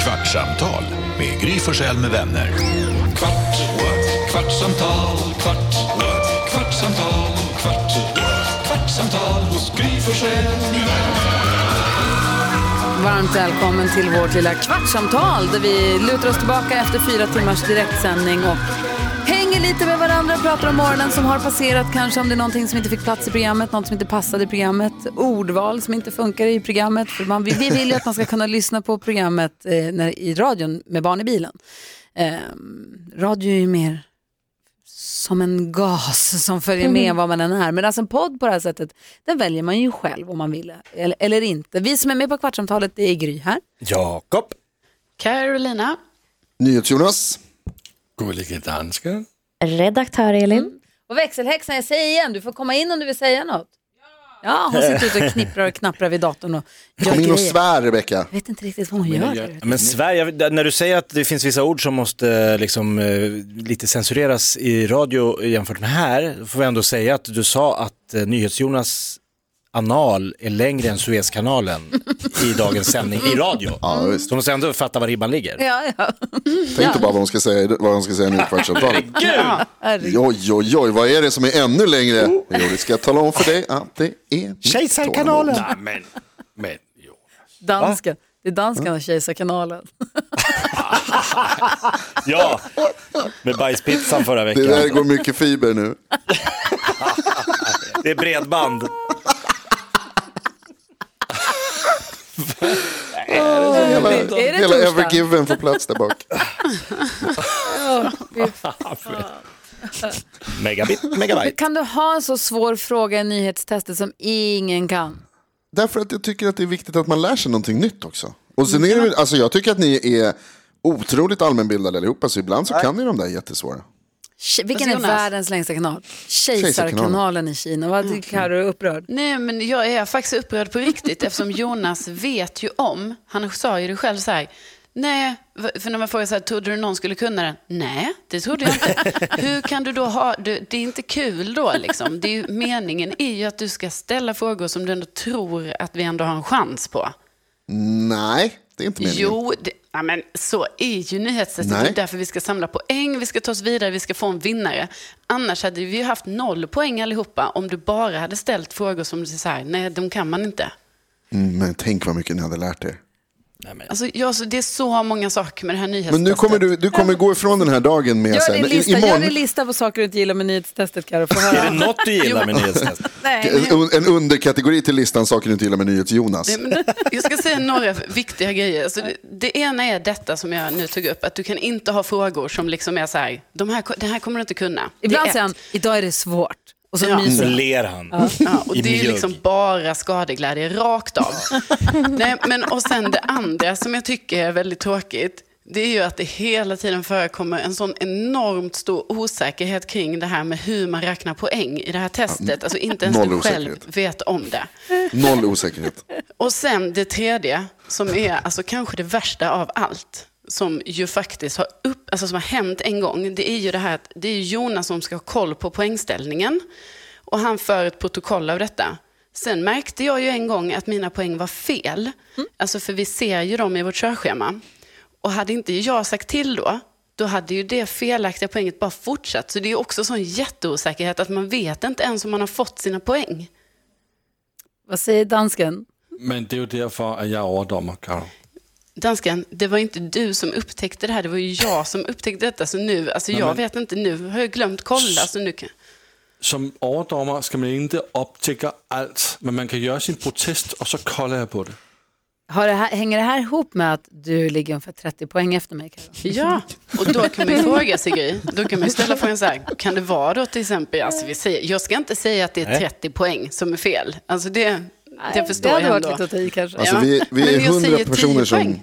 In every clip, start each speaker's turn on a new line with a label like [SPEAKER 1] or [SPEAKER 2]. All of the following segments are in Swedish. [SPEAKER 1] Kvartsamtal med Gry Forssell med vänner. Kvart, what? kvartsamtal, kvart, what? kvartsamtal, kvart, what? kvartsamtal hos Gry Forssell med vänner.
[SPEAKER 2] Varmt välkommen till vårt lilla kvartsamtal där vi lutar oss tillbaka efter fyra timmars direktsändning och hänger lite med varandra och pratar om morgonen som har passerat kanske om det är någonting som inte fick plats i programmet, något som inte passade i programmet, ordval som inte funkar i programmet. För man, vi vi vill ju att man ska kunna lyssna på programmet eh, när, i radion med barn i bilen. Ehm, radio är ju mer som en gas som följer med vad man än är. Men alltså en podd på det här sättet, den väljer man ju själv om man vill eller, eller inte. Vi som är med på Kvartsamtalet, det är Gry här.
[SPEAKER 3] Jakob.
[SPEAKER 4] Carolina.
[SPEAKER 5] NyhetsJonas.
[SPEAKER 3] Gullige dansken.
[SPEAKER 6] Redaktör Elin.
[SPEAKER 2] Och växelhäxan, jag säger igen, du får komma in om du vill säga något. Ja, hon sitter ute och knipprar och knapprar vid datorn och gör
[SPEAKER 5] Kom in och
[SPEAKER 2] grejer.
[SPEAKER 5] svär Rebecka.
[SPEAKER 2] Jag vet inte riktigt vad hon gör. där ute.
[SPEAKER 3] Men Sverige, när du säger att det finns vissa ord som måste eh, liksom, eh, lite censureras i radio jämfört med här, får jag ändå säga att du sa att eh, NyhetsJonas anal är längre än Suezkanalen i dagens sändning i radio.
[SPEAKER 5] Ja, visst.
[SPEAKER 3] Så måste ändå fatta var ribban ligger.
[SPEAKER 2] Ja, ja.
[SPEAKER 5] Tänk inte bara vad de ska säga, vad de ska säga nu i kvartsamtalet.
[SPEAKER 3] Gud!
[SPEAKER 2] Herregud.
[SPEAKER 5] Oj, oj, oj, vad är det som är ännu längre? Jo, det ska jag tala om för dig att det är mitt tålamod.
[SPEAKER 3] Nej, men, men, jo.
[SPEAKER 2] Dansken. Det är dansken och kejsarkanalen.
[SPEAKER 3] Ja, med bajspizzan förra
[SPEAKER 5] Det
[SPEAKER 3] veckan.
[SPEAKER 5] där går mycket fiber nu.
[SPEAKER 3] Det är bredband.
[SPEAKER 5] Hela,
[SPEAKER 2] det
[SPEAKER 5] hela
[SPEAKER 2] torsdag?
[SPEAKER 5] Evergiven får plats där bak.
[SPEAKER 3] Megabit, megabyte.
[SPEAKER 2] Kan du ha en så svår fråga i nyhetstestet som ingen kan?
[SPEAKER 5] Därför att jag tycker att det är viktigt att man lär sig någonting nytt också. Och sen är det, väl- alltså jag tycker att ni är otroligt allmänbildade allihopa, så ibland så kan ni de där jättesvåra.
[SPEAKER 2] Ke- Vilken är
[SPEAKER 4] Jonas?
[SPEAKER 2] världens längsta kanal? Kejsarkanalen i Kina.
[SPEAKER 4] Mm.
[SPEAKER 2] Vad tycker Carro är upprörd?
[SPEAKER 4] Nej, men jag är faktiskt upprörd på riktigt eftersom Jonas vet ju om, han sa ju det själv så här, nej, för när man frågar så här, trodde du någon skulle kunna den? Nej, det trodde jag inte. Hur kan du då ha, du, det är inte kul då liksom. Det är ju, meningen är ju att du ska ställa frågor som du ändå tror att vi ändå har en chans på.
[SPEAKER 5] Nej, det är inte meningen.
[SPEAKER 4] Jo, det, ja, men så är ju nyhetstestet. Det
[SPEAKER 5] Nej.
[SPEAKER 4] är därför vi ska samla poäng, vi ska ta oss vidare, vi ska få en vinnare. Annars hade vi ju haft noll poäng allihopa om du bara hade ställt frågor som du säger så här, nej, de kan man inte.
[SPEAKER 5] Mm, Men tänk vad mycket ni hade lärt er.
[SPEAKER 4] Alltså, ja, så det är så många saker med det här nyhetstestet.
[SPEAKER 5] Men nu kommer du, du kommer gå ifrån den här dagen med
[SPEAKER 2] Gör
[SPEAKER 5] så här,
[SPEAKER 2] din,
[SPEAKER 5] men i-
[SPEAKER 2] lista, gör
[SPEAKER 5] imorgon-
[SPEAKER 2] din lista på saker du inte gillar med nyhetstestet Carro. Få höra.
[SPEAKER 3] Är det något du gillar med nyhetstest?
[SPEAKER 5] En, un- en underkategori till listan saker du inte gillar med NyhetsJonas.
[SPEAKER 4] Nej, men Jag ska säga några viktiga grejer. Alltså, det, det ena är detta som jag nu tog upp, att du kan inte ha frågor som liksom är så här, de här, det här kommer du inte kunna. Det är
[SPEAKER 2] Ibland
[SPEAKER 4] ett.
[SPEAKER 2] säger han, idag är det svårt. Och så
[SPEAKER 4] Ja.
[SPEAKER 3] Så
[SPEAKER 2] myser han.
[SPEAKER 3] ler han.
[SPEAKER 4] Ja, och
[SPEAKER 3] I
[SPEAKER 4] det är
[SPEAKER 3] mjugg.
[SPEAKER 4] ju liksom bara skadeglädje rakt av. Nej, men, och sen det andra som jag tycker är väldigt tråkigt, det är ju att det hela tiden förekommer en sån enormt stor osäkerhet kring det här med hur man räknar poäng i det här testet. Alltså inte ens
[SPEAKER 5] noll
[SPEAKER 4] du själv
[SPEAKER 5] osäkerhet.
[SPEAKER 4] vet om det.
[SPEAKER 5] Noll osäkerhet.
[SPEAKER 4] Och sen det tredje, som är alltså kanske det värsta av allt, som ju faktiskt har, upp, alltså som har hänt en gång, det är ju det här att det är ju Jonas som ska ha koll på poängställningen. Och han för ett protokoll av detta. Sen märkte jag ju en gång att mina poäng var fel. Alltså för vi ser ju dem i vårt körschema. Och hade inte jag sagt till då, då hade ju det felaktiga poänget bara fortsatt. Så det är ju också sån jätteosäkerhet att man vet inte ens om man har fått sina poäng.
[SPEAKER 2] Vad säger dansken?
[SPEAKER 7] Men det är ju därför att jag är överdomare, Karo.
[SPEAKER 4] Dansken, det var inte du som upptäckte det här, det var ju jag som upptäckte detta. Så nu, alltså jag vet inte, nu har jag glömt kolla. Så nu kan...
[SPEAKER 7] Som överdomare ska man inte upptäcka allt, men man kan göra sin protest och så kollar jag på det.
[SPEAKER 2] Har det här, hänger det här ihop med att du ligger ungefär 30 poäng efter mig? Carro?
[SPEAKER 4] Ja, och då kan man ju fråga sig Gry, då kan man ju ställa frågan så här, kan det vara då till exempel, alltså vi säger, jag ska inte säga att det är 30 poäng som är fel. Alltså det, det förstår
[SPEAKER 2] det hade
[SPEAKER 4] jag
[SPEAKER 2] varit
[SPEAKER 4] ändå.
[SPEAKER 2] lite att ta i kanske.
[SPEAKER 5] Alltså,
[SPEAKER 4] Ja.
[SPEAKER 5] vi, vi är
[SPEAKER 4] Men jag
[SPEAKER 5] hundra
[SPEAKER 4] säger tio
[SPEAKER 5] personer som...
[SPEAKER 4] poäng.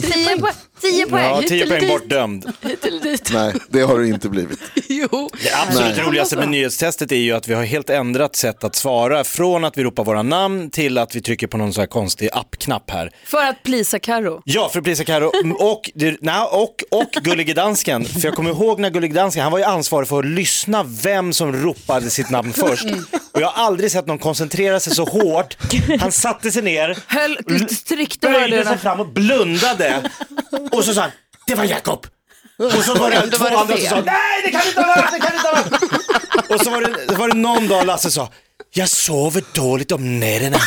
[SPEAKER 2] 10 poäng! 10 poäng.
[SPEAKER 3] Ja,
[SPEAKER 4] hit
[SPEAKER 3] 10
[SPEAKER 4] eller
[SPEAKER 3] poäng
[SPEAKER 4] dit.
[SPEAKER 3] bortdömd.
[SPEAKER 4] Hit eller dit.
[SPEAKER 5] Nej, det har det inte blivit.
[SPEAKER 4] Jo.
[SPEAKER 3] Det absolut
[SPEAKER 5] Nej.
[SPEAKER 3] roligaste med nyhetstestet är ju att vi har helt ändrat sätt att svara. Från att vi ropar våra namn till att vi trycker på någon så här konstig app-knapp här.
[SPEAKER 2] För att plisa Carro.
[SPEAKER 3] Ja, för att prisa Karo och, det- nej, och, och Gullige Dansken. För jag kommer ihåg när Gullige Dansken, han var ju ansvarig för att lyssna vem som ropade sitt namn först.
[SPEAKER 4] Mm.
[SPEAKER 3] Och jag har aldrig sett någon koncentrera sig så hårt. Han satte sig ner,
[SPEAKER 2] Höll, tryckte
[SPEAKER 3] böjde
[SPEAKER 2] hörlurarna.
[SPEAKER 3] sig fram och blundade
[SPEAKER 8] Och så sa han, det var Jakob. Och så var det
[SPEAKER 4] Då
[SPEAKER 8] två
[SPEAKER 4] var det
[SPEAKER 8] andra som
[SPEAKER 4] fel.
[SPEAKER 8] sa, nej det kan det inte ha varit, det kan det inte ha varit. Och så var det, så var det någon dag Lasse sa, jag sover dåligt om nätterna.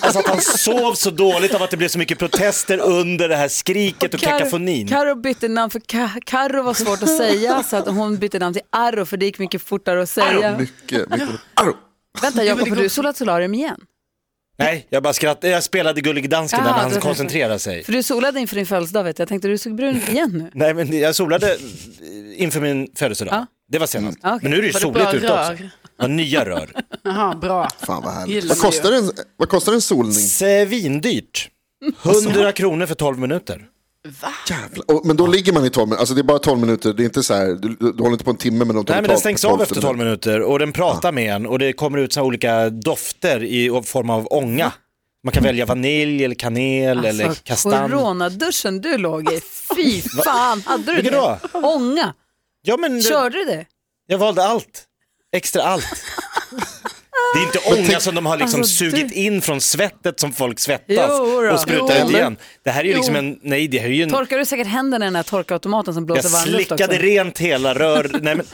[SPEAKER 8] Alltså att han sov så dåligt av att det blev så mycket protester under det här skriket och
[SPEAKER 2] Karo,
[SPEAKER 8] kakofonin.
[SPEAKER 2] Karo bytte namn för Ka- Karo var svårt att säga så att hon bytte namn till Arro för det gick mycket fortare att säga.
[SPEAKER 5] Mycket, mycket. Arro.
[SPEAKER 2] Vänta Jakob, har du solat solarium igen?
[SPEAKER 3] Nej, jag bara skrattade. Jag spelade Gullig Dansken
[SPEAKER 2] Ah,
[SPEAKER 3] när
[SPEAKER 2] det
[SPEAKER 3] han
[SPEAKER 2] var
[SPEAKER 3] koncentrerade sig.
[SPEAKER 2] För du solade inför din födelsedag vet jag. Jag tänkte du såg brun ut igen nu.
[SPEAKER 3] Nej, men jag solade inför min födelsedag.
[SPEAKER 2] Ja.
[SPEAKER 3] Det var senast.
[SPEAKER 2] Ja, okej.
[SPEAKER 3] Men nu är det ju
[SPEAKER 4] Var det bra
[SPEAKER 3] soligt ute också.
[SPEAKER 4] rör?
[SPEAKER 3] Ja, nya rör.
[SPEAKER 4] Jaha, bra.
[SPEAKER 5] Fan vad härligt.
[SPEAKER 4] Gillar
[SPEAKER 5] Vad
[SPEAKER 4] det
[SPEAKER 5] kostar, en, vad kostar en solning?
[SPEAKER 3] Svindyrt. 100 kronor för 12 minuter.
[SPEAKER 5] Jävlar. Och, men då ligger man i 12 minuter, alltså det är bara 12 minuter, det är inte så här, du, du du håller inte på en timme men de tar
[SPEAKER 3] Nej men den
[SPEAKER 5] betalt
[SPEAKER 3] stängs
[SPEAKER 5] på
[SPEAKER 3] av
[SPEAKER 5] 12
[SPEAKER 3] efter 12 minuter och den pratar med en och det kommer ut så här olika dofter i form av ånga. Man kan välja vanilj eller kanel
[SPEAKER 2] Alltså,
[SPEAKER 3] eller kastanj.
[SPEAKER 2] coronaduschen du låg i, fy fan hade du
[SPEAKER 3] Vilken
[SPEAKER 2] det? Ånga,
[SPEAKER 3] Ja men det,
[SPEAKER 2] körde du det?
[SPEAKER 3] jag valde allt. Extra allt. Det är inte ånga som de har liksom
[SPEAKER 2] Alltså,
[SPEAKER 3] sugit
[SPEAKER 2] du-
[SPEAKER 3] in från svettet som folk svettas
[SPEAKER 2] Jo, då.
[SPEAKER 3] och sprutar
[SPEAKER 5] Jo.
[SPEAKER 3] ut igen. Det här är ju liksom
[SPEAKER 2] Jo.
[SPEAKER 3] en, nej det här är ju en,
[SPEAKER 2] Torkar du säkert händerna i den här torkautomaten som blåser
[SPEAKER 3] jag
[SPEAKER 2] varmluft också?
[SPEAKER 3] slickade rent hela rör, nej men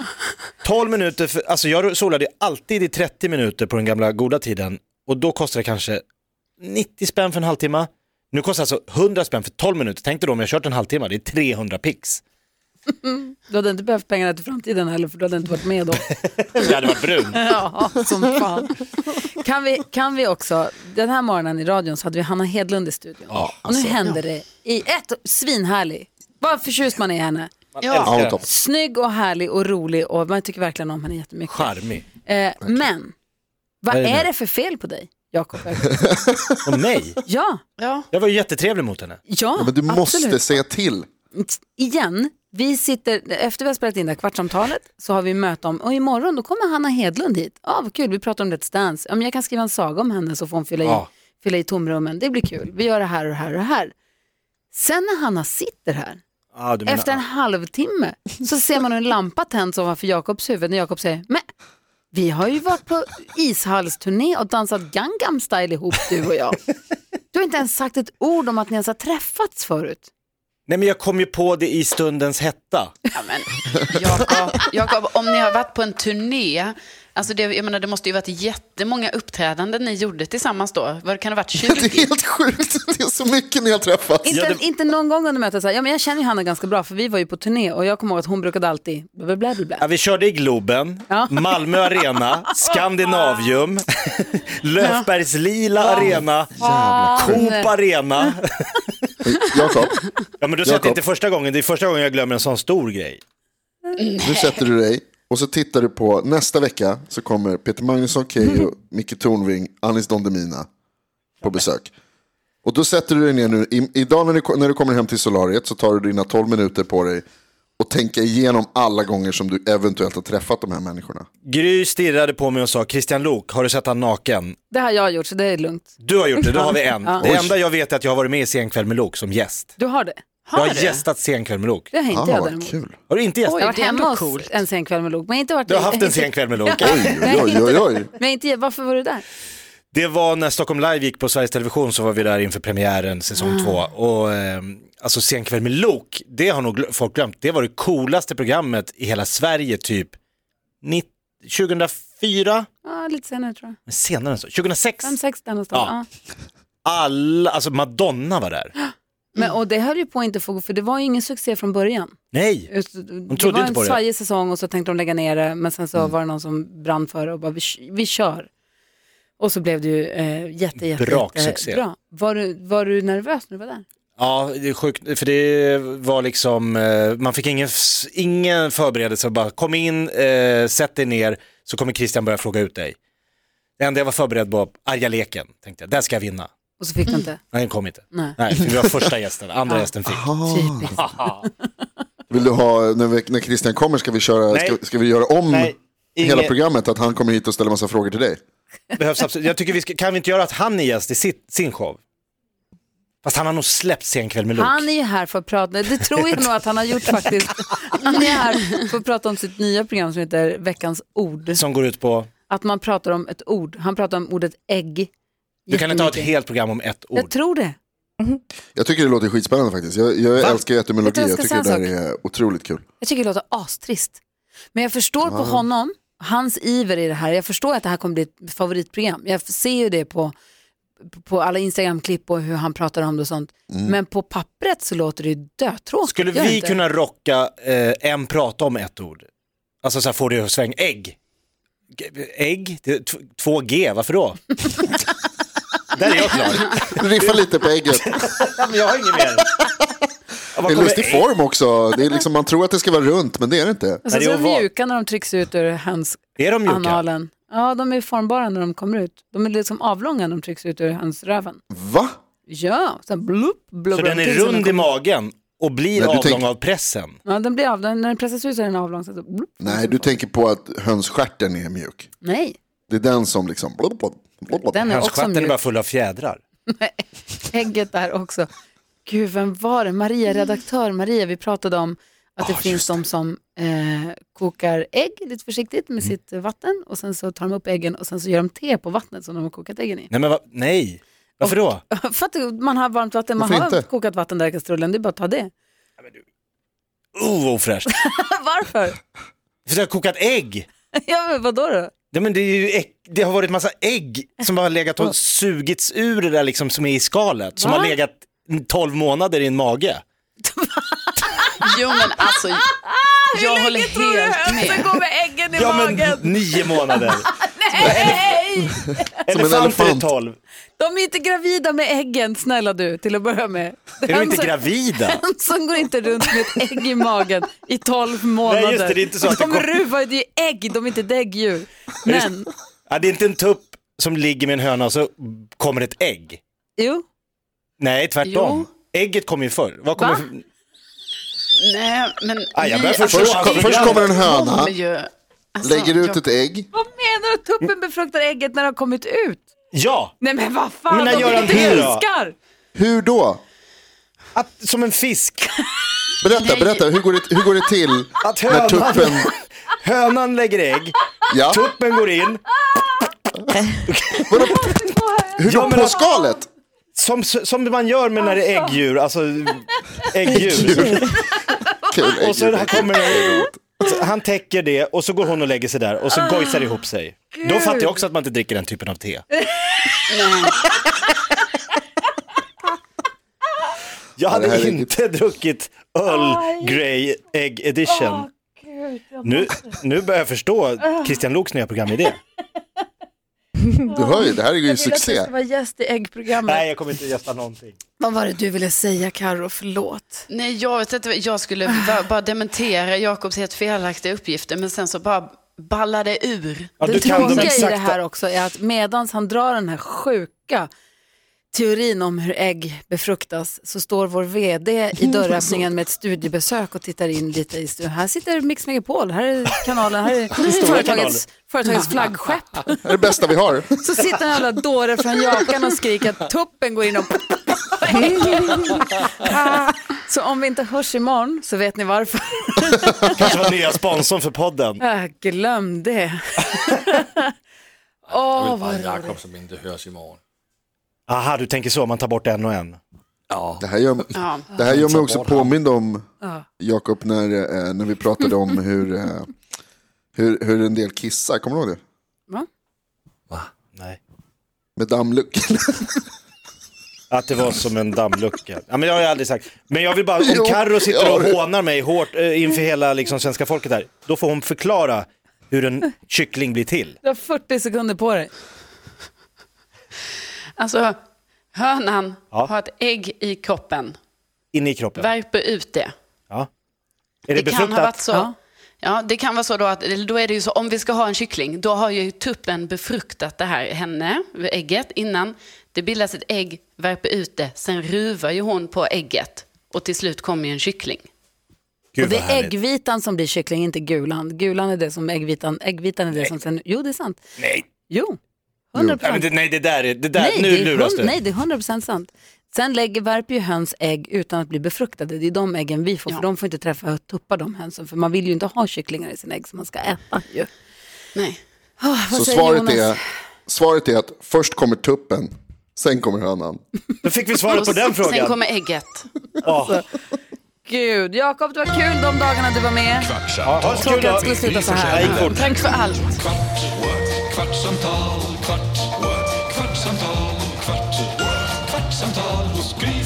[SPEAKER 3] 12 minuter, för, alltså jag solade ju alltid i 30 minuter på den gamla goda tiden och då kostade det kanske 90 spänn för en halvtimme. Nu kostar det alltså 100 spänn för 12 minuter. Tänk dig då om jag kört en halvtimme, det är 300 pix.
[SPEAKER 2] Du hade inte behövt pengarna till framtiden heller för du hade inte varit med då.
[SPEAKER 3] Jag hade varit brun.
[SPEAKER 2] Ja, som fan. Kan vi, kan vi också, den här morgonen i radion så hade vi Hanna Hedlund i studion. Och
[SPEAKER 3] alltså,
[SPEAKER 2] nu händer det i ett, svinhärlig. Vad förtjust man är i henne.
[SPEAKER 5] Ja, hon är topp.
[SPEAKER 2] Snygg och härlig och rolig och man tycker verkligen om henne jättemycket.
[SPEAKER 3] Charmig.
[SPEAKER 2] Eh, men, vad
[SPEAKER 3] Vad är det
[SPEAKER 2] är
[SPEAKER 3] nu?
[SPEAKER 2] det för fel på dig, Jakob?
[SPEAKER 3] Och mig,
[SPEAKER 2] Ja,
[SPEAKER 4] Ja.
[SPEAKER 3] jag var ju jättetrevlig mot henne.
[SPEAKER 2] ja,
[SPEAKER 5] Men du måste
[SPEAKER 2] absolut.
[SPEAKER 5] säga till.
[SPEAKER 2] Igen, vi sitter, efter vi har spelat in det här kvartsamtalet så har vi möte om, och imorgon då kommer Hanna Hedlund hit. Ja, vad kul, vi pratar om Let's Dance. Ja, men jag kan skriva en saga om henne så får hon fylla i,
[SPEAKER 3] Ja.
[SPEAKER 2] fylla i tomrummen. Det blir kul, vi gör det här och det här och det här. Sen när Hanna sitter här,
[SPEAKER 3] Ah, du menar,
[SPEAKER 2] efter en halvtimme, så ser man hur en lampa tänds ovanför Jakobs huvud när Jakob säger, men vi har ju varit på ishallsturné och dansat Gangnam style ihop du och jag. Du har inte ens sagt ett ord om att ni ens har träffats förut.
[SPEAKER 3] Nej men jag kom ju på det i stundens hetta.
[SPEAKER 4] Ja, men, Jakob, Jakob, om ni har varit på en turné, alltså det, jag menar, det måste ju varit jättemånga uppträdanden ni gjorde tillsammans då. Vad kan det ha varit?
[SPEAKER 5] Det är
[SPEAKER 4] 20?
[SPEAKER 5] helt sjukt, det är så mycket ni har träffats.
[SPEAKER 2] Inte,
[SPEAKER 3] Ja, det-
[SPEAKER 2] inte någon gång under mötet så här, ja men jag känner ju Hanna ganska bra för vi var ju på turné och jag kommer ihåg att hon brukade alltid bla bla bla. bla,
[SPEAKER 3] Ja,
[SPEAKER 2] bla.
[SPEAKER 3] vi körde i Globen, Malmö Arena, Skandinavium, Löfbergs Lila Arena, Coop Arena.
[SPEAKER 5] Jakob,
[SPEAKER 3] Ja men du sa att
[SPEAKER 5] Jakob.
[SPEAKER 3] det inte är första gången, det är första gången jag glömmer en sån stor grej.
[SPEAKER 5] nu sätter du dig och så tittar du på nästa vecka så kommer Peter Magnusson, Keyyo, Micke Tornving, Anis Don Demina på besök. Och då sätter du dig ner nu, I, idag när du, när du kommer hem till solariet så tar du dina 12 minuter på dig och tänka igenom alla gånger som du eventuellt har träffat de här människorna.
[SPEAKER 3] Gry stirrade på mig och sa, Christian Lok, har du sett han naken?
[SPEAKER 2] Det har jag gjort så det är lugnt.
[SPEAKER 3] Du har gjort det, då har vi en.
[SPEAKER 2] Ja.
[SPEAKER 3] Det enda jag vet är att jag har varit med i Senkväll med Lok som gäst.
[SPEAKER 2] Du har det?
[SPEAKER 3] jag har
[SPEAKER 4] du?
[SPEAKER 3] gästat Senkväll med Lok.
[SPEAKER 2] Det har inte jag
[SPEAKER 5] Ah, vad
[SPEAKER 2] däremot.
[SPEAKER 5] kul.
[SPEAKER 3] Har du inte gästat?
[SPEAKER 2] jag har varit
[SPEAKER 4] det är ändå
[SPEAKER 2] hemma hos
[SPEAKER 4] coolt.
[SPEAKER 2] en sen kväll med Lok men inte varit
[SPEAKER 3] Du har haft en Senkväll med Lok.
[SPEAKER 5] Oj, oj, oj, oj, oj.
[SPEAKER 2] Men inte, varför var du där?
[SPEAKER 3] Det var när Stockholm Live gick på Sveriges Television så var vi där inför premiären säsong två.
[SPEAKER 2] Mm.
[SPEAKER 3] Och eh, alltså Senkväll med Lok, det har nog gl- folk glömt. Det var det coolaste programmet i hela Sverige typ nitt- 2004,
[SPEAKER 2] Ja, lite senare tror jag.
[SPEAKER 3] Men senare än så, 2006.
[SPEAKER 2] Fem, sex där någonstans.
[SPEAKER 3] Ja.
[SPEAKER 2] Ja.
[SPEAKER 3] Alla, alltså Madonna var där.
[SPEAKER 2] Men, och det höll ju på att inte få, för det var ju ingen succé från början.
[SPEAKER 3] Nej,
[SPEAKER 2] Just, det
[SPEAKER 3] trodde
[SPEAKER 2] var
[SPEAKER 3] inte på
[SPEAKER 2] en
[SPEAKER 3] det. Mm.
[SPEAKER 2] svajig säsong och så tänkte de lägga ner det, men sen så var det någon som brann för det och bara, vi, vi kör. Och så blev det ju eh, jätte, jätte,
[SPEAKER 3] Braksuccé.
[SPEAKER 2] jätte bra. Var du, var du nervös när du var där?
[SPEAKER 3] ja det är sjukt, för det var liksom, eh, man fick ingen, f- ingen förberedelse, bara kom in, eh, sätt dig ner, så kommer Christian börja fråga ut dig. Det enda jag var förberedd på, arga leken, tänkte jag, där ska jag vinna.
[SPEAKER 2] Och så fick du inte?
[SPEAKER 3] Nej, den kom inte.
[SPEAKER 2] Nej.
[SPEAKER 3] Nej, för vi var första gästen, andra gästen fick.
[SPEAKER 2] Typiskt.
[SPEAKER 5] Vill du ha, när, vi, när Christian kommer ska vi, köra,
[SPEAKER 3] Nej.
[SPEAKER 5] ska, ska vi göra om
[SPEAKER 3] Nej, inget.
[SPEAKER 5] hela programmet? Att han kommer hit och ställer massa frågor till dig?
[SPEAKER 3] Behövs absolut. Jag tycker vi ska, kan vi inte göra att han är gäst i sitt, sin show? Fast han har nog släppt sen kväll med Luke.
[SPEAKER 2] Han är ju här för att prata, det tror jag nog att han har gjort faktiskt. Han är här för att prata om sitt nya program som heter Veckans ord.
[SPEAKER 3] Som går ut på,
[SPEAKER 2] Att man pratar om ett ord, han pratar om ordet ägg.
[SPEAKER 3] du kan inte ha ett
[SPEAKER 2] Jättemycket.
[SPEAKER 3] helt program om ett
[SPEAKER 2] Jag
[SPEAKER 3] ord.
[SPEAKER 2] tror det.
[SPEAKER 5] Jag tycker det låter skitspännande faktiskt. Jag, jag älskar ju
[SPEAKER 2] Vet du
[SPEAKER 5] etymologi.
[SPEAKER 2] vad
[SPEAKER 5] Jag
[SPEAKER 2] jag ska
[SPEAKER 5] tycker det
[SPEAKER 2] säga
[SPEAKER 5] där
[SPEAKER 2] en
[SPEAKER 5] är otroligt kul.
[SPEAKER 2] Jag tycker det låter astrist. Men jag förstår på honom, hans iver i det här. Jag förstår att det här kommer bli ett favoritprogram. Jag ser ju det på, på alla Instagram-klipp och hur han pratar om det och sånt.
[SPEAKER 5] Mm.
[SPEAKER 2] Men på pappret så låter det ju dötråkigt.
[SPEAKER 3] Skulle
[SPEAKER 2] gör det
[SPEAKER 3] vi
[SPEAKER 2] inte?
[SPEAKER 3] kunna rocka eh, en prata om ett ord? Alltså så här får du sväng, ägg. G- Ägg, Det är t- 2G, varför då? Där är jag klar.
[SPEAKER 5] Riffa lite på ägget.
[SPEAKER 3] Ja, men jag har inget mer. Ja,
[SPEAKER 5] Det
[SPEAKER 3] vad
[SPEAKER 5] är
[SPEAKER 3] kommer
[SPEAKER 5] lustig
[SPEAKER 3] ägg?
[SPEAKER 5] form också. Det är liksom, man tror att det ska vara runt, men det är det inte.
[SPEAKER 2] Och sen
[SPEAKER 3] Nej,
[SPEAKER 2] så
[SPEAKER 3] det
[SPEAKER 2] är
[SPEAKER 3] är
[SPEAKER 2] de
[SPEAKER 3] oval.
[SPEAKER 2] mjuka när de trycks ut ur hans
[SPEAKER 3] Är de mjuka?
[SPEAKER 2] analen. Ja, de är formbara när de kommer ut. De är liksom avlånga när de trycks ut ur hans röven.
[SPEAKER 5] Va?
[SPEAKER 2] Ja, sen blupp, blubb,
[SPEAKER 3] Så den är rund i magen och blir
[SPEAKER 5] Men du
[SPEAKER 3] avlång
[SPEAKER 5] tänker-
[SPEAKER 3] av pressen?
[SPEAKER 2] Ja, den blir av, när den pressas ut så är den avlång. Så att- blupp.
[SPEAKER 5] Nej, du tänker på att hönsstjärten är mjuk.
[SPEAKER 2] Nej,
[SPEAKER 5] Det är den som liksom... blub, blub, blub, blub.
[SPEAKER 2] den är Mm, också
[SPEAKER 3] Hönsstjärten är
[SPEAKER 2] mjuk.
[SPEAKER 3] bara full av fjädrar.
[SPEAKER 2] ägget där också. Gud, vem var det? Maria, redaktör Maria, vi pratade om att Mm. Ah, det finns de som eh, kokar ägg lite försiktigt med sitt vatten och sen så tar de upp äggen och sen så gör de te på vattnet som de har kokat äggen i.
[SPEAKER 3] Nej, men va? Nej. varför då?
[SPEAKER 2] För att man har varmt vatten, man
[SPEAKER 5] Varför
[SPEAKER 2] har
[SPEAKER 5] inte?
[SPEAKER 2] kokat vatten där i kastrullen, det är bara att ta det.
[SPEAKER 3] Oh, vad ofräscht.
[SPEAKER 2] Varför?
[SPEAKER 3] För jag har kokat ägg.
[SPEAKER 2] ja, men vadå då?
[SPEAKER 3] Ja, men det, är ju äck... det har varit massa ägg som har legat och sugits ur det där liksom som är i skalet. Som
[SPEAKER 2] Va?
[SPEAKER 3] har legat 12 månader i en mage.
[SPEAKER 4] Jo men alltså, jag håller helt med.
[SPEAKER 2] går med äggen i
[SPEAKER 3] Ja men nio månader.
[SPEAKER 2] Nej!
[SPEAKER 5] Som en
[SPEAKER 3] Elefanter är
[SPEAKER 5] elefant.
[SPEAKER 3] tolv.
[SPEAKER 2] De är inte gravida med äggen, snälla du, till att börja med. Alltså,
[SPEAKER 3] Är de inte
[SPEAKER 2] Hönsen-
[SPEAKER 3] gravida?
[SPEAKER 2] Som går inte runt med ett ägg i magen i 12 månader.
[SPEAKER 3] Nej, just det, det är inte så att det
[SPEAKER 2] de
[SPEAKER 3] går-
[SPEAKER 2] ruvar ju ägg, de är inte däggdjur. Men,
[SPEAKER 3] Ja, det är inte en tupp som ligger med en höna och så kommer ett ägg.
[SPEAKER 2] jo,
[SPEAKER 3] Nej, tvärtom. Ägget kommer ju förr. Vad kommer...
[SPEAKER 2] Va?
[SPEAKER 4] Nej, men
[SPEAKER 3] Ah, jag
[SPEAKER 4] ni-
[SPEAKER 3] börjar förstå
[SPEAKER 4] alltså,
[SPEAKER 3] hans
[SPEAKER 4] det
[SPEAKER 5] Kom, först
[SPEAKER 3] program.
[SPEAKER 5] kommer en höna,
[SPEAKER 4] kommer ju- alltså,
[SPEAKER 5] lägger ut
[SPEAKER 4] jag-
[SPEAKER 5] ett ägg.
[SPEAKER 2] vad menar du? Tuppen befruktar ägget när det har kommit ut?
[SPEAKER 3] Ja!
[SPEAKER 2] Nej men vad fan,
[SPEAKER 3] Men när
[SPEAKER 2] de
[SPEAKER 3] gör
[SPEAKER 2] är
[SPEAKER 3] han
[SPEAKER 2] inte
[SPEAKER 3] det då?
[SPEAKER 2] fiskar!
[SPEAKER 5] Hur då?
[SPEAKER 3] Att, som en fisk.
[SPEAKER 5] Berätta, berätta. Hur går det, hur går det till
[SPEAKER 3] Att
[SPEAKER 5] när
[SPEAKER 3] hönan,
[SPEAKER 5] tuppen...
[SPEAKER 3] hönan lägger ägg,
[SPEAKER 5] Ja,
[SPEAKER 3] tuppen går in,
[SPEAKER 5] hur
[SPEAKER 3] Ja,
[SPEAKER 5] då?
[SPEAKER 3] men-
[SPEAKER 5] På skalet?
[SPEAKER 3] som, som man gör med när det är äggdjur, alltså äggdjur.
[SPEAKER 5] Kul, ägg.
[SPEAKER 3] Och så här kommer så han täcker det och så går hon och lägger sig där och så
[SPEAKER 2] Ah,
[SPEAKER 3] gojsar det ihop sig. Då fattar jag också att man inte dricker den typen av te. Jag
[SPEAKER 5] det här är
[SPEAKER 3] hade
[SPEAKER 5] riktigt-
[SPEAKER 3] inte druckit öl Grey Egg Edition. Nu, nu börjar jag förstå
[SPEAKER 2] Ah.
[SPEAKER 3] Christian Loks nya
[SPEAKER 2] Mm.
[SPEAKER 3] programidé.
[SPEAKER 5] Du hör ju, det här är ju succé.
[SPEAKER 2] var gäst i äggprogrammet.
[SPEAKER 3] Nej, jag kommer inte gästa någonting.
[SPEAKER 2] Vad var det du ville säga Karo? förlåt.
[SPEAKER 4] Nej, jag vet inte. Jag skulle bara, bara dementera Jakobs helt felaktiga uppgifter, men sen så bara ballade det ur.
[SPEAKER 3] Ja,
[SPEAKER 2] det
[SPEAKER 3] du kan de
[SPEAKER 2] tråkiga i det
[SPEAKER 3] exakta.
[SPEAKER 2] här också är att medan han drar den här sjuka teorin om hur ägg befruktas så står vår vd i dörröppningen med ett studiebesök och tittar in lite i studion. Här sitter Mix Megapol, här är kanalen, här är företagets, företagets flaggskepp.
[SPEAKER 5] Det är det bästa vi har.
[SPEAKER 2] Så sitter en jävla dåre från Jakan och skriker att tuppen går in och... Ah, så om vi inte hörs imorgon så vet ni varför.
[SPEAKER 3] Kanske var nya sponsorn för podden.
[SPEAKER 2] Ah, Glöm det. Åh, vad
[SPEAKER 7] Bare Jakob, som inte hörs imorgon.
[SPEAKER 3] Aha, du tänker så, man tar bort en och en.
[SPEAKER 5] Det här gör,
[SPEAKER 4] Ja.
[SPEAKER 5] det här gör mig också påmind om, Jakob, när, eh, när vi pratade om hur, eh, hur, hur en del kissar. Kommer du ihåg det?
[SPEAKER 2] Va?
[SPEAKER 3] Nej.
[SPEAKER 5] Med dammluckan.
[SPEAKER 3] Att det var som en dammlucka. Ja, men jag har ju aldrig sagt. Men jag vill bara, om
[SPEAKER 5] Jo,
[SPEAKER 3] Carro sitter och
[SPEAKER 5] ja.
[SPEAKER 3] hånar mig hårt eh, inför hela liksom, svenska folket här, då får hon förklara hur en kyckling blir till.
[SPEAKER 2] Du har 40 sekunder på dig.
[SPEAKER 4] Alltså, hönan
[SPEAKER 3] Ja.
[SPEAKER 4] har ett ägg i kroppen,
[SPEAKER 3] Inne i kroppen.
[SPEAKER 4] värper ut det.
[SPEAKER 3] Ja. Är det,
[SPEAKER 4] Det kan ha varit
[SPEAKER 3] befruktat?
[SPEAKER 4] så. Ja. det kan vara så då att eller då är det ju så om vi ska ha en kyckling, då har ju tuppen befruktat det här henne, ägget, innan. Det bildas ett ägg, värper ut det, sen ruvar ju hon på ägget och till slut kommer ju en kyckling.
[SPEAKER 3] Gud,
[SPEAKER 2] Och det
[SPEAKER 3] vad
[SPEAKER 2] är
[SPEAKER 3] härligt.
[SPEAKER 2] äggvitan som blir kyckling, inte gulan. Gulan är det som äggvitan, äggvitan är det som sen... Jo, det är sant.
[SPEAKER 3] Nej.
[SPEAKER 2] Jo, 100
[SPEAKER 3] Nej, men
[SPEAKER 2] procent.
[SPEAKER 3] det, nej, det där är, det där,
[SPEAKER 2] Nej,
[SPEAKER 3] nu
[SPEAKER 2] det är
[SPEAKER 3] luras
[SPEAKER 2] hund-
[SPEAKER 3] du.
[SPEAKER 2] nej, det är 100 procent sant. Sen lägger, värper ju höns ägg utan att bli befruktade. Det är de äggen vi får, för de får inte träffa och tuppa de hönsen. För man vill ju inte ha kycklingar i sina ägg som man ska äta. Ju.
[SPEAKER 4] Nej.
[SPEAKER 2] Vad
[SPEAKER 5] Så
[SPEAKER 2] säger
[SPEAKER 5] svaret
[SPEAKER 2] Jonas?
[SPEAKER 5] är, svaret är att först kommer tuppen, Sen kommer hönan.
[SPEAKER 8] Då fick vi svaret på den
[SPEAKER 4] Sen
[SPEAKER 8] frågan.
[SPEAKER 4] kommer ägget.
[SPEAKER 8] Ja.
[SPEAKER 2] Gud, Jakob, det var kul de dagarna du var med.
[SPEAKER 8] Ha
[SPEAKER 1] Kvartsamtal
[SPEAKER 8] det så kul
[SPEAKER 2] Tråkigt att
[SPEAKER 8] då.
[SPEAKER 2] det skulle sluta så
[SPEAKER 8] Jag
[SPEAKER 2] här.
[SPEAKER 8] gick fort.
[SPEAKER 4] Tack för allt.
[SPEAKER 1] kvart, what? kvartsamtal, kvart, what? kvartsamtal, kvart, what? kvartsamtal hos Gry